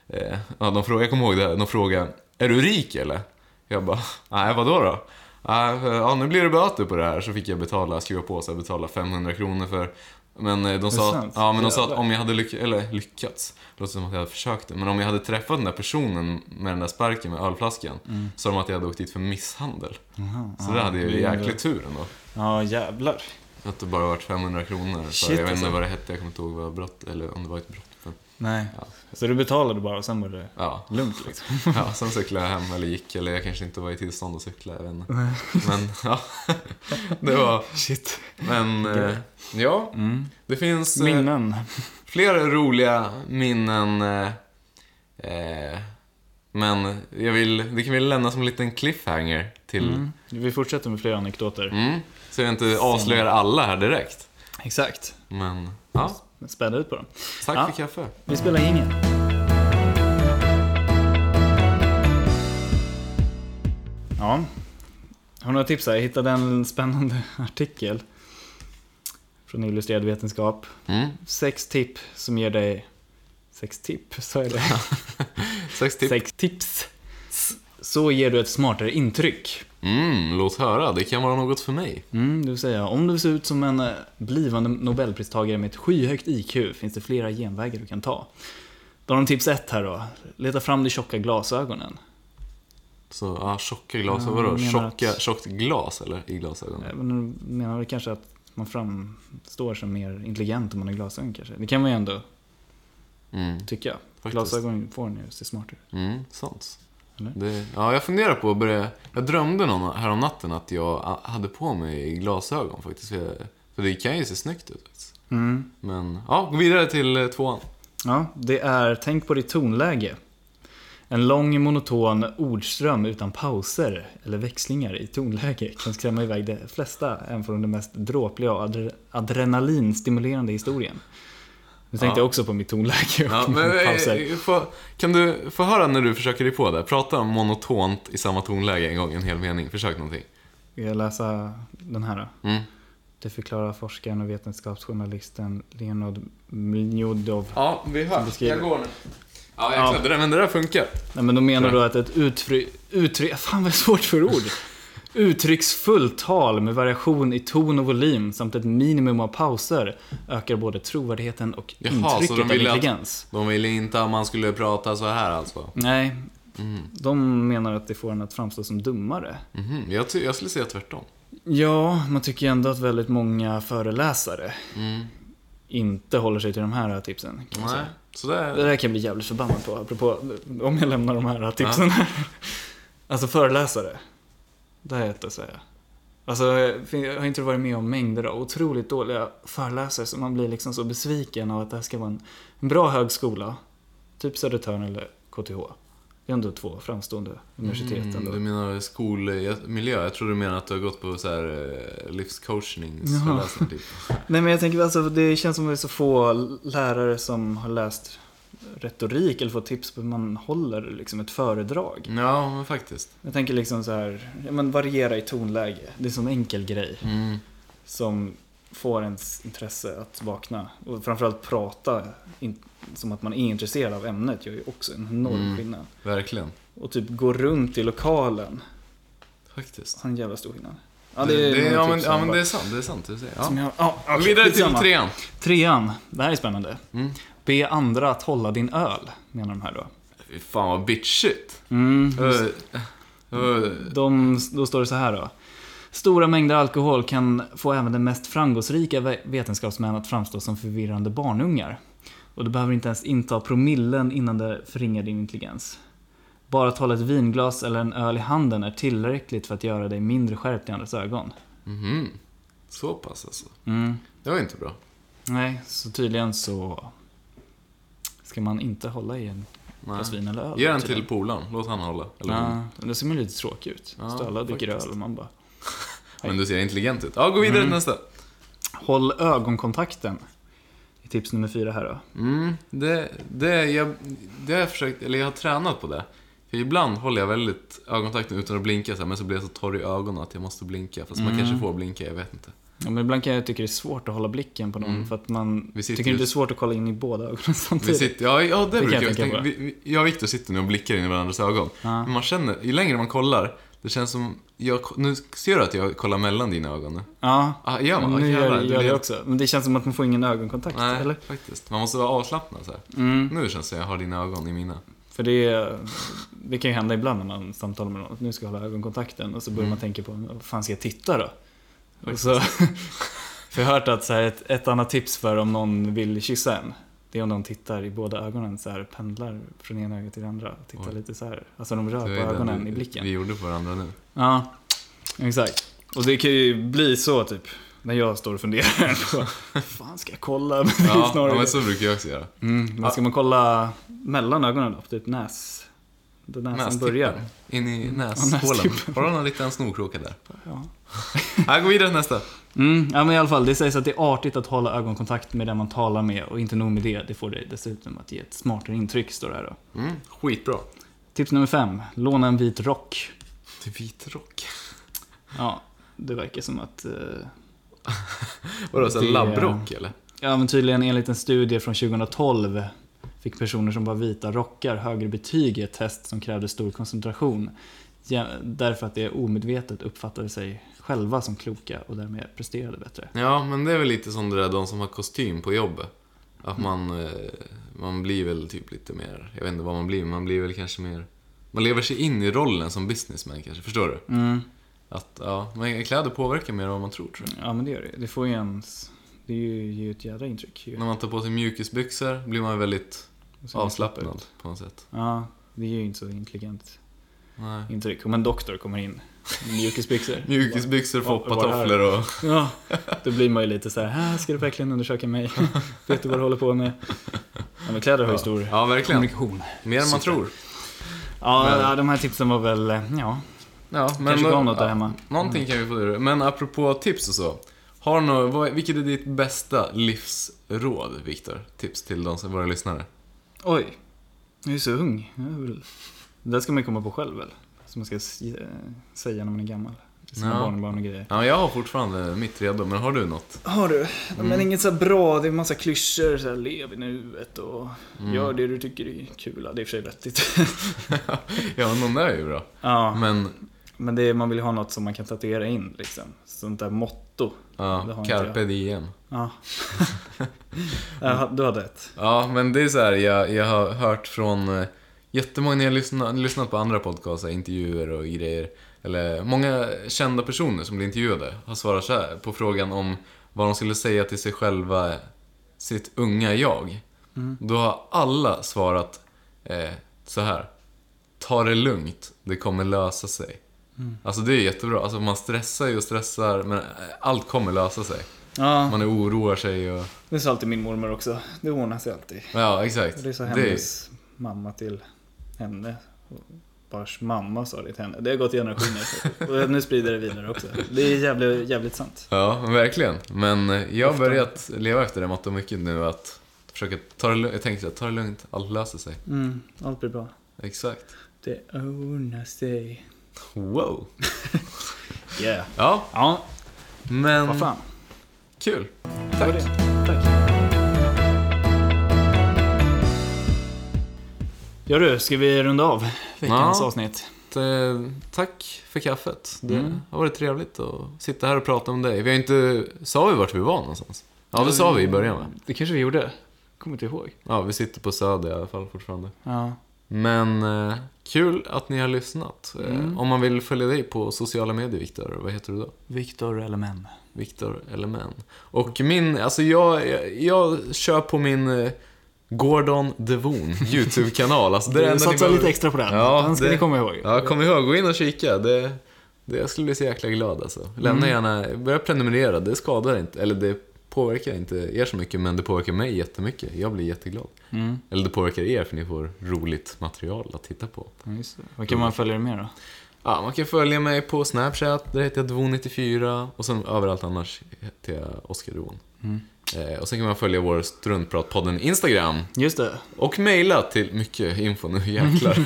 Speaker 1: eh, ja, de frågade, jag kommer ihåg det, här, de frågade, är du rik eller? Jag bara, nej vadå då? "Nej, för- Ja, nu blir det böter på det här. Så fick jag betala, skriva på så här, betala 500 kronor för. Men eh, de sa,
Speaker 2: sant?
Speaker 1: att, ja, men de sa att
Speaker 2: Jävlar.
Speaker 1: om jag hade lyck eller lyckats, det låter som att jag hade försökt det, men om jag hade träffat den där personen med den där sparken med ölflaskan, sa de att jag hade åkt dit för misshandel. Så det hade jag ju
Speaker 2: Mm.
Speaker 1: jäkligt tur ändå.
Speaker 2: Ja, jävlar.
Speaker 1: Att det bara varit 500 kronor. För
Speaker 2: Shit,
Speaker 1: jag vet inte
Speaker 2: alltså.
Speaker 1: vad det hette, jag kommer inte ihåg vad brott, eller om det var ett brott. Men,
Speaker 2: Nej.
Speaker 1: Ja.
Speaker 2: Så du betalade bara och sen var det
Speaker 1: ja.
Speaker 2: lugnt liksom.
Speaker 1: ja, sen cyklade jag hem, eller gick, eller jag kanske inte var i tillstånd att cykla, jag vet inte. Men ja, det var...
Speaker 2: Shit.
Speaker 1: Men eh, ja,
Speaker 2: Mm.
Speaker 1: det finns... eh,
Speaker 2: Minnen.
Speaker 1: Fler roliga minnen. eh, Eh, men jag vill, det kan vi lämna som en liten cliffhanger till... Mm.
Speaker 2: Mm. Vi fortsätter med fler anekdoter.
Speaker 1: så jag inte avslöjar alla här direkt.
Speaker 2: Exakt.
Speaker 1: Men ja,
Speaker 2: Spänn ut på dem.
Speaker 1: tack
Speaker 2: Ja.
Speaker 1: för kaffe.
Speaker 2: Vi spelar ingen. Ja. Har du några tips här? Jag hittade en spännande artikel från Illustrerad Vetenskap.
Speaker 1: Mm.
Speaker 2: Sex tipp som ger dig... Sex tipp, sa jag det?
Speaker 1: Sex tips.
Speaker 2: Sex tips. Så ger du ett smartare intryck.
Speaker 1: Mm, låt höra, det kan vara något för mig.
Speaker 2: Mm, det vill säga, om du ser ut som en eh, blivande Nobelpristagare med ett skyhögt IQ finns det flera genvägar du kan ta. Då har de tips ett här då. Leta fram de tjocka glasögonen.
Speaker 1: Så ja, tjocka glas,
Speaker 2: Ja,
Speaker 1: vadå?
Speaker 2: Mm, jag menar
Speaker 1: Tjocka,
Speaker 2: att-
Speaker 1: Tjockt glas eller i glasögonen?
Speaker 2: Eh, Men du menar väl kanske att man framstår som mer intelligent om man har glasögon kanske? Det kan man ju ändå
Speaker 1: Mm,
Speaker 2: tycka.
Speaker 1: faktiskt.
Speaker 2: Glasögon får en ju att se smart ut.
Speaker 1: Mm, sant.
Speaker 2: Eller?
Speaker 1: Det, ja, jag funderar på att börja... Jag drömde någon här om natten att jag a- hade på mig glasögon faktiskt. För, jag, för Så det kan ju se snyggt ut faktiskt.
Speaker 2: Mm.
Speaker 1: Men ja, gå vidare till eh, tvåan.
Speaker 2: Ja, det är Tänk på ditt tonläge. En lång monoton ordström utan pauser eller växlingar i tonläge kan skrämma iväg de flesta, även från den mest dråpliga och adre- adrenalinstimulerande historien. Nu tänkte
Speaker 1: Ja.
Speaker 2: jag också på mitt tonläge och
Speaker 1: Ja,
Speaker 2: mina
Speaker 1: men,
Speaker 2: pauser.
Speaker 1: eh, få, kan du få höra när du försöker dig på det? Prata monotont i samma tonläge en gång, en hel mening. Försök någonting.
Speaker 2: Ska jag läsa den här då?
Speaker 1: Mm.
Speaker 2: Det förklarar forskaren och vetenskapsjournalisten Leonard Mlodov.
Speaker 1: Ja, vi hörs.
Speaker 2: Beskriv. Jag
Speaker 1: går nu. Ja,
Speaker 2: Ja.
Speaker 1: jäklar. Det där, men det där funkar.
Speaker 2: Nej, men de menar då att ett uttryck... Uttry, fan vad svårt för ord. Uttrycksfullt tal med variation i ton och volym samt ett minimum av pauser ökar både trovärdigheten och
Speaker 1: Jaha, så de
Speaker 2: intrycket av
Speaker 1: ville att-
Speaker 2: intelligens.
Speaker 1: De ville inte att man skulle prata så här alltså.
Speaker 2: Nej, de menar att det får en att framstå som dummare.
Speaker 1: Mhm, Jag, ty- jag skulle säga tvärtom.
Speaker 2: Ja, man tycker ju ändå att väldigt många föreläsare
Speaker 1: Mm.
Speaker 2: inte håller sig till de här tipsen. kan man
Speaker 1: Nej,
Speaker 2: säga.
Speaker 1: så
Speaker 2: Det
Speaker 1: där.
Speaker 2: där kan jag bli jävligt förbannad på, apropå om jag lämnar de här tipsen. alltså föreläsare. Det har jag inte att säga. Alltså, jag har inte varit med om mängder av otroligt dåliga föreläsare så man blir liksom så besviken av att det här ska vara en, en bra högskola. Typ Södertörn eller KTH. Det är ändå två framstående universitet ändå.
Speaker 1: Mm, du menar skolmiljö? Jag tror du menar att du har gått på så här eh, livscoachningsföreläsning typ.
Speaker 2: Nej men jag tänker alltså, det känns som att det är så få lärare som har läst retorik eller fått tips på hur man håller liksom ett föredrag.
Speaker 1: Ja, men faktiskt.
Speaker 2: Jag tänker liksom så här, ja, men variera i tonläge. Det är en sån enkel grej
Speaker 1: Mm.
Speaker 2: som får ens intresse att vakna. Och framförallt prata in, som att man är intresserad av ämnet gör ju också en enorm
Speaker 1: Mm.
Speaker 2: skillnad.
Speaker 1: Verkligen.
Speaker 2: Och typ gå runt i lokalen
Speaker 1: Faktiskt.
Speaker 2: har en jävla stor skillnad.
Speaker 1: Ja, det, det,
Speaker 2: några
Speaker 1: ja, men,
Speaker 2: tips
Speaker 1: ja,
Speaker 2: som
Speaker 1: men
Speaker 2: jag
Speaker 1: det är sant. Det är sant. Du säger.
Speaker 2: bara- typ som
Speaker 1: Ja.
Speaker 2: jag, ja,
Speaker 1: Ja,
Speaker 2: okej,
Speaker 1: vidare till
Speaker 2: skitsamma.
Speaker 1: trean.
Speaker 2: Trean, det här är spännande.
Speaker 1: Mm.
Speaker 2: Be andra att hålla din öl, menar de här då.
Speaker 1: Fy Fan vad bitchigt.
Speaker 2: Mm,
Speaker 1: Uh, uh,
Speaker 2: De, då står det så här då. Stora mängder alkohol kan få även den mest framgångsrika ve- vetenskapsmän att framstå som förvirrande barnungar. Och du behöver inte ens inta promillen innan det förringar din intelligens. Bara att hålla ett vinglas eller en öl i handen är tillräckligt för att göra dig mindre skärpt i andras ögon.
Speaker 1: mhm. Så pass alltså.
Speaker 2: Mm.
Speaker 1: Det var inte bra.
Speaker 2: Nej, så tydligen så ska man inte hålla i en
Speaker 1: Nej.
Speaker 2: glas vin eller öl.
Speaker 1: Ge den
Speaker 2: tydligen.
Speaker 1: till polaren. Låt han hålla. Eller hon.
Speaker 2: Ja, det ser man lite tråkigt ut.
Speaker 1: Ja,
Speaker 2: Står alla och dricker
Speaker 1: faktiskt.
Speaker 2: öl och man bara...
Speaker 1: Men du ser intelligent ut. Ja, gå
Speaker 2: Mm.
Speaker 1: vidare till nästa.
Speaker 2: Håll ögonkontakten. I tips nummer fyra här då.
Speaker 1: Mm, det, det, jag, det har jag försökt, eller jag har tränat på det. För ibland håller jag väldigt ögonkontakten utan att blinka, så här, men så blir jag så torr i ögonen att jag måste blinka. Fast man kanske får blinka, jag vet inte.
Speaker 2: Ja, men ibland kan jag tycka det är svårt att hålla blicken på någon för att man
Speaker 1: Mm. Vi sitter
Speaker 2: tycker
Speaker 1: ju-
Speaker 2: det är svårt att kolla in i båda ögonen
Speaker 1: Vi
Speaker 2: samtidigt.
Speaker 1: sitter, ja, ja, det,
Speaker 2: jag
Speaker 1: brukar jag
Speaker 2: tänka
Speaker 1: tänka.
Speaker 2: på.
Speaker 1: Vi, vi- jag och Viktor sitter nu och blickar in i varandras ögon.
Speaker 2: Ja.
Speaker 1: Men man känner, ju längre man kollar, det känns som... Jag, nu ser du att jag kollar mellan dina ögon nu?
Speaker 2: Ja,
Speaker 1: Ah, gör man? Ah,
Speaker 2: nu
Speaker 1: jävlar,
Speaker 2: gör,
Speaker 1: det
Speaker 2: gör
Speaker 1: blir-
Speaker 2: jag också. Men det känns som att man får ingen ögonkontakt,
Speaker 1: Nej,
Speaker 2: eller?
Speaker 1: faktiskt. Man måste vara avslappnad så här.
Speaker 2: Mm.
Speaker 1: Nu känns det som jag har dina ögon i mina.
Speaker 2: För det, är- det kan ju hända ibland när man samtalar med någon att nu ska jag hålla ögonkontakten och så börjar man
Speaker 1: Mm.
Speaker 2: tänka på vad fan ska jag titta då? Och så, för jag har hört att så här, ett, ett annat tips för om någon vill kyssa en det är om de tittar i båda ögonen så här pendlar från ena ögat till det andra. och Tittar
Speaker 1: Oj.
Speaker 2: lite så här. Alltså de
Speaker 1: Det
Speaker 2: rör
Speaker 1: var
Speaker 2: på
Speaker 1: ju den
Speaker 2: ögonen
Speaker 1: vi-
Speaker 2: i blicken.
Speaker 1: Vi gjorde på varandra nu.
Speaker 2: Ja, exakt. Och det kan ju bli så typ, när jag står och funderar på, fan ska jag kolla? Men det är
Speaker 1: Ja,
Speaker 2: snarare
Speaker 1: ja, men
Speaker 2: det.
Speaker 1: så brukar jag också göra.
Speaker 2: mm, men ska man kolla mellan ögonen då? Typ näs... Där näsan
Speaker 1: Nästippen.
Speaker 2: börjar. Mm.
Speaker 1: In i näshålan.
Speaker 2: nästippen.
Speaker 1: Har du någon liten snorkråka där?
Speaker 2: Ja.
Speaker 1: Ja, gå vidare till nästa.
Speaker 2: Mm, ja, men i alla fall, det sägs att det är artigt att hålla ögonkontakt med den man talar med och inte nog med det, det får dig dessutom att ge ett smartare intryck, står det här då.
Speaker 1: Mm, skitbra.
Speaker 2: Tips nummer fem, låna en vit rock.
Speaker 1: Till vit rock.
Speaker 2: Ja, det verkar som att eh,
Speaker 1: Vadå, såhär
Speaker 2: Det-
Speaker 1: labbrock eller?
Speaker 2: Ja, men tydligen enligt en studie från 2012 fick personer som var vita rockar högre betyg i ett test som krävde stor koncentration. Ja, därför att det omedvetet uppfattade sig själva som kloka och därmed presterade bättre.
Speaker 1: Ja, men det är väl lite som det där de som har kostym på jobbet. Att man, eh, man blir väl typ lite mer, jag vet inte vad man blir, men man blir väl kanske mer... Man lever sig in i rollen som businessman kanske, förstår du?
Speaker 2: Mm.
Speaker 1: Att, ja, men kläder påverkar mer än vad man tror tror jag.
Speaker 2: Ja, men det gör det. Det får ju ens... Det är ju, ger ju ett jädra intryck. Ju.
Speaker 1: När man tar på sig mjukisbyxor blir man väldigt
Speaker 2: Och sen-
Speaker 1: avslappnad på något sätt.
Speaker 2: Ja, det är ju inte så intelligent.
Speaker 1: Nej.
Speaker 2: intryck. Om en doktor kommer in i mjukisbyxor.
Speaker 1: Mjukisbyxor,
Speaker 2: Vad- vad var det här?
Speaker 1: foppatofflor och...
Speaker 2: Ja, då blir man ju lite så här, här ska du verkligen undersöka mig? Vet du vad du håller på med? Ja, men kläder har ju stor
Speaker 1: Ja, verkligen.
Speaker 2: kommunikation.
Speaker 1: Mer än man tror.
Speaker 2: Ja,
Speaker 1: Men-
Speaker 2: ja, de här tipsen var väl, eh, ja,
Speaker 1: Ja, men
Speaker 2: kanske
Speaker 1: då-
Speaker 2: gav något där
Speaker 1: ja,
Speaker 2: hemma. Mm.
Speaker 1: Någonting kan vi få ur det. Men apropå tips och så. Har du något, vad, vilket är ditt bästa livsråd, Viktor? Tips till de som våra lyssnare.
Speaker 2: Oj, jag är så ung. Jag är väl- Det där ska man ju komma på själv väl? Som man ska s- eh, säga när man är gammal. Till sina
Speaker 1: Ja.
Speaker 2: barnbarn och grejer.
Speaker 1: Ja, jag har fortfarande mitt redo, men har du något?
Speaker 2: Har du? Men inget så bra, det är massa klyschor. Så lev i nuet och gör det du tycker är kul. Ja, det är i och för sig vettigt.
Speaker 1: ja, någon där är ju bra.
Speaker 2: ja,
Speaker 1: Men,
Speaker 2: men det är, man vill ju ha något som man kan tatuera in liksom. Sånt där motto. Det
Speaker 1: ja,
Speaker 2: har inte
Speaker 1: carpe diem.
Speaker 2: Ja. Ja, du hade ett.
Speaker 1: Ja, men det är så här, jag, jag har hört från eh, jättemånga, när jag lyssnat, lyssnat på andra podcaster, intervjuer och grejer, eller många kända personer som blir intervjuade har svarat så här på frågan om vad de skulle säga till sig själva, sitt unga jag.
Speaker 2: Mm.
Speaker 1: Då har alla svarat eh, så här, ta det lugnt, det kommer lösa sig.
Speaker 2: Mm.
Speaker 1: Alltså det är jättebra, alltså man stressar ju och stressar, men eh, allt kommer lösa sig.
Speaker 2: Ja,
Speaker 1: Man oroar sig och,
Speaker 2: det sa alltid min mormor också. Det ordnar sig alltid.
Speaker 1: ja exakt.
Speaker 2: Och Det sa hennes mamma till henne. Vars mamma sa det till henne. Det har gått i generationer. Och nu sprider det vidare också. Det är jävligt, jävligt sant.
Speaker 1: Ja, men verkligen. Men eh, jag har börjat leva efter det måttet mycket nu att försöka ta det lugnt. Jag tänker att ta det lugnt, allt löser sig.
Speaker 2: Mm, allt blir bra.
Speaker 1: Exakt.
Speaker 2: Det ordnar sig.
Speaker 1: Wow.
Speaker 2: Yeah.
Speaker 1: Ja,
Speaker 2: Ja, vad
Speaker 1: men
Speaker 2: fan.
Speaker 1: kul.
Speaker 2: Det var
Speaker 1: Tack.
Speaker 2: det. Tack. Ja du, ska vi runda av veckans
Speaker 1: Ja.
Speaker 2: avsnitt?
Speaker 1: Eh, Tack för kaffet. Det
Speaker 2: Mm.
Speaker 1: har varit trevligt att sitta här och prata om dig. Vi har inte... Sa vi vart vi var någonstans? Ja, det sa vi i början va?
Speaker 2: Det kanske vi gjorde. Kommer inte ihåg.
Speaker 1: Ja, vi sitter på Söder i alla fall fortfarande.
Speaker 2: Ja.
Speaker 1: Men eh, kul att ni har lyssnat. Eh,
Speaker 2: Mm.
Speaker 1: Om man vill följa dig på sociala medier, Viktor, vad heter du då?
Speaker 2: Viktor eller män.
Speaker 1: Viktor Element. Och min, alltså jag, jag, jag kör på min eh, Gordon Devon YouTube-kanal. Alltså det är det enda ni
Speaker 2: Satsa
Speaker 1: behöver-
Speaker 2: lite extra på den.
Speaker 1: Ja,
Speaker 2: den ska
Speaker 1: det-
Speaker 2: ni komma ihåg.
Speaker 1: Ja, kom ihåg, gå in och kika. Det, det, jag skulle bli så jäkla glad alltså.
Speaker 2: Mm.
Speaker 1: Lämna gärna, börja prenumerera, det skadar inte, eller det påverkar inte er så mycket, men det påverkar mig jättemycket. Jag blir jätteglad.
Speaker 2: Mm.
Speaker 1: Eller det påverkar er, för ni får roligt material att titta på.
Speaker 2: Ja, just det. Vad kan man följa det med då?
Speaker 1: Ja, man kan följa mig på Snapchat, där heter jag Dvon94 och sen överallt annars heter jag Oskar Dvon. Eh, och sen kan man följa vår Struntpratpodden Instagram
Speaker 2: Just det.
Speaker 1: och mejla till, mycket info nu jäklar.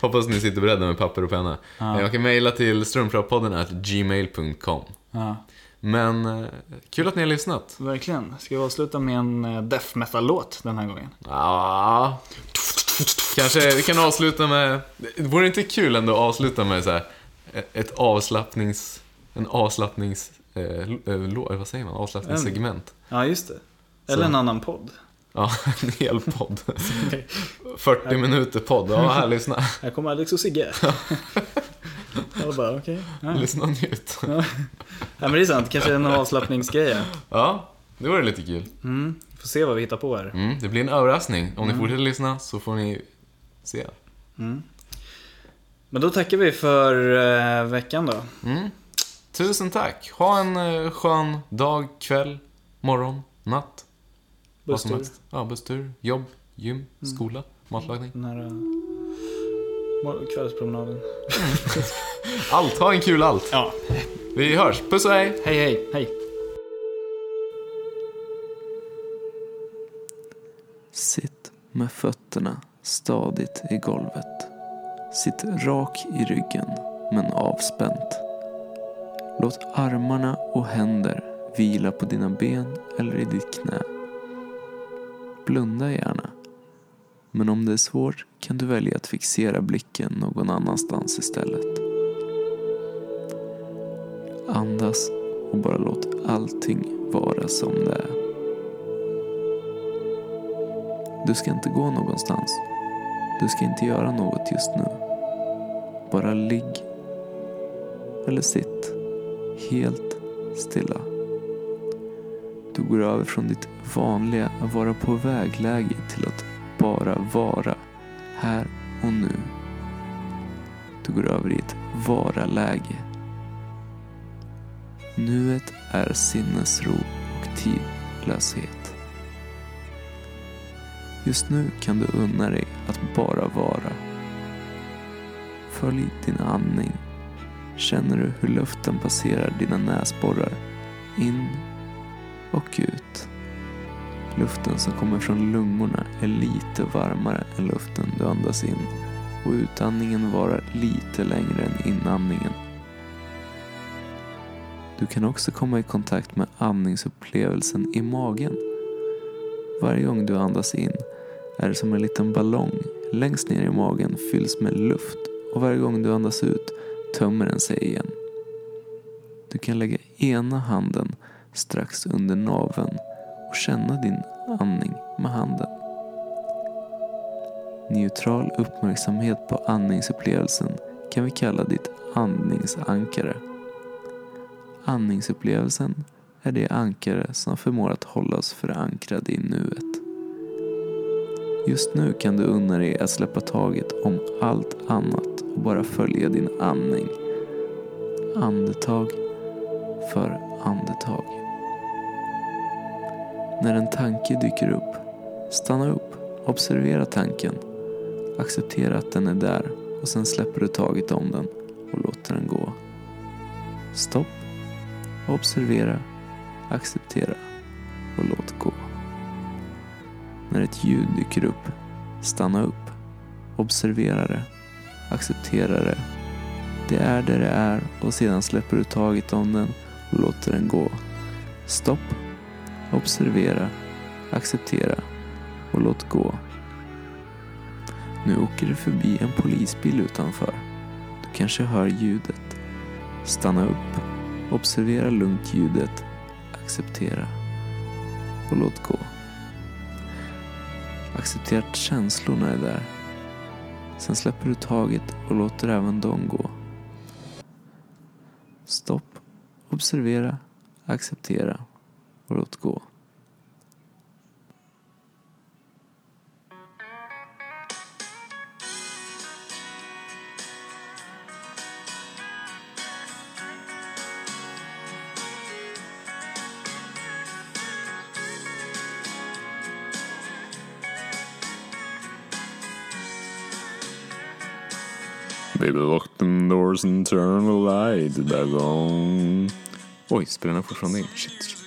Speaker 1: Hoppas ni sitter beredda med papper och penna. Eh, man kan mejla till struntpratpodden at gmail.com.
Speaker 2: Ja,
Speaker 1: Men eh, kul att ni har lyssnat.
Speaker 2: verkligen. Ska vi avsluta med en eh, death metal-låt den här gången?
Speaker 1: Ja. Kanske vi kan avsluta med... det Vore det inte kul ändå att avsluta med så här, eh, ett avslappnings... En avslappnings... Eh, lo- eh, lo- vad säger man? Avslappningssegment.
Speaker 2: Ja, just det. Eller
Speaker 1: Så.
Speaker 2: en annan podd.
Speaker 1: Ja, en hel podd. 40 minuter podd. Ja, här, lyssna.
Speaker 2: Här kommer Alex och Sigge. Jag bara, okej. Ja.
Speaker 1: Lyssna nytt.
Speaker 2: Ja, men det är sant. Kanske en avslappningsgrej. ja.
Speaker 1: Ja, det vore lite kul.
Speaker 2: Mm. Får se vad vi hittar på här.
Speaker 1: Mm, det blir en överraskning. Om ni fortsätter lyssna så får ni se.
Speaker 2: Men då tackar vi för eh, veckan då.
Speaker 1: Mm. Tusen tack. Ha en eh, skön dag, kväll, morgon, natt. Vad som
Speaker 2: Busstur.
Speaker 1: helst. Ja, busstur, jobb, gym, skola, matlagning.
Speaker 2: Den här eh, mor- kvällspromenaden.
Speaker 1: Allt, ha en kul allt.
Speaker 2: Ja.
Speaker 1: Vi hörs, puss och hej!
Speaker 2: Hej, hej, hej.
Speaker 4: Sitt med fötterna stadigt i golvet. Sitt rak i ryggen men avspänt. Låt armarna och händer vila på dina ben eller i ditt knä. Blunda gärna. Men om det är svårt kan du välja att fixera blicken någon annanstans istället. Andas och bara låt allting vara som det är. Du ska inte gå någonstans. Du ska inte göra något just nu. Bara ligg eller sitt helt stilla. Du går över från ditt vanliga att vara på väg-läge till att bara vara här och nu. Du går över i ett vara-läge. Nuet är sinnesro och tidlöshet. Just nu kan du unna dig att bara vara. Följ din andning. Känner du hur luften passerar dina näsborrar in och ut. Luften som kommer från lungorna är lite varmare än luften du andas in och utandningen varar lite längre än inandningen. Du kan också komma i kontakt med andningsupplevelsen i magen. Varje gång du andas in är det som en liten ballong längst ner i magen fylls med luft och varje gång du andas ut tömmer den sig igen. Du kan lägga ena handen strax under naveln och känna din andning med handen. Neutral uppmärksamhet på andningsupplevelsen kan vi kalla ditt andningsankare. Andningsupplevelsen är det ankare som förmår att hålla oss förankrade i nuet. Just nu kan du unna dig att släppa taget om allt annat och bara följa din andning. Andetag för andetag. När en tanke dyker upp, stanna upp, observera tanken, acceptera att den är där och sen släpper du taget om den och låter den gå. Stopp, observera, acceptera och låt gå. När ett ljud dyker upp, stanna upp, observera det, acceptera det. Det är där det är och sedan släpper du taget om den och låter den gå. Stopp, observera, acceptera och låt gå. Nu åker du förbi en polisbil utanför. Du kanske hör ljudet. Stanna upp, observera lugnt ljudet, acceptera och låt gå. Acceptera att känslorna är där. Sen släpper du taget och låter även dem gå. Stopp, observera, acceptera och låt gå.
Speaker 5: Baby lock them doors and turn the light back on. Oj, spelar den fortfarande in? Shit.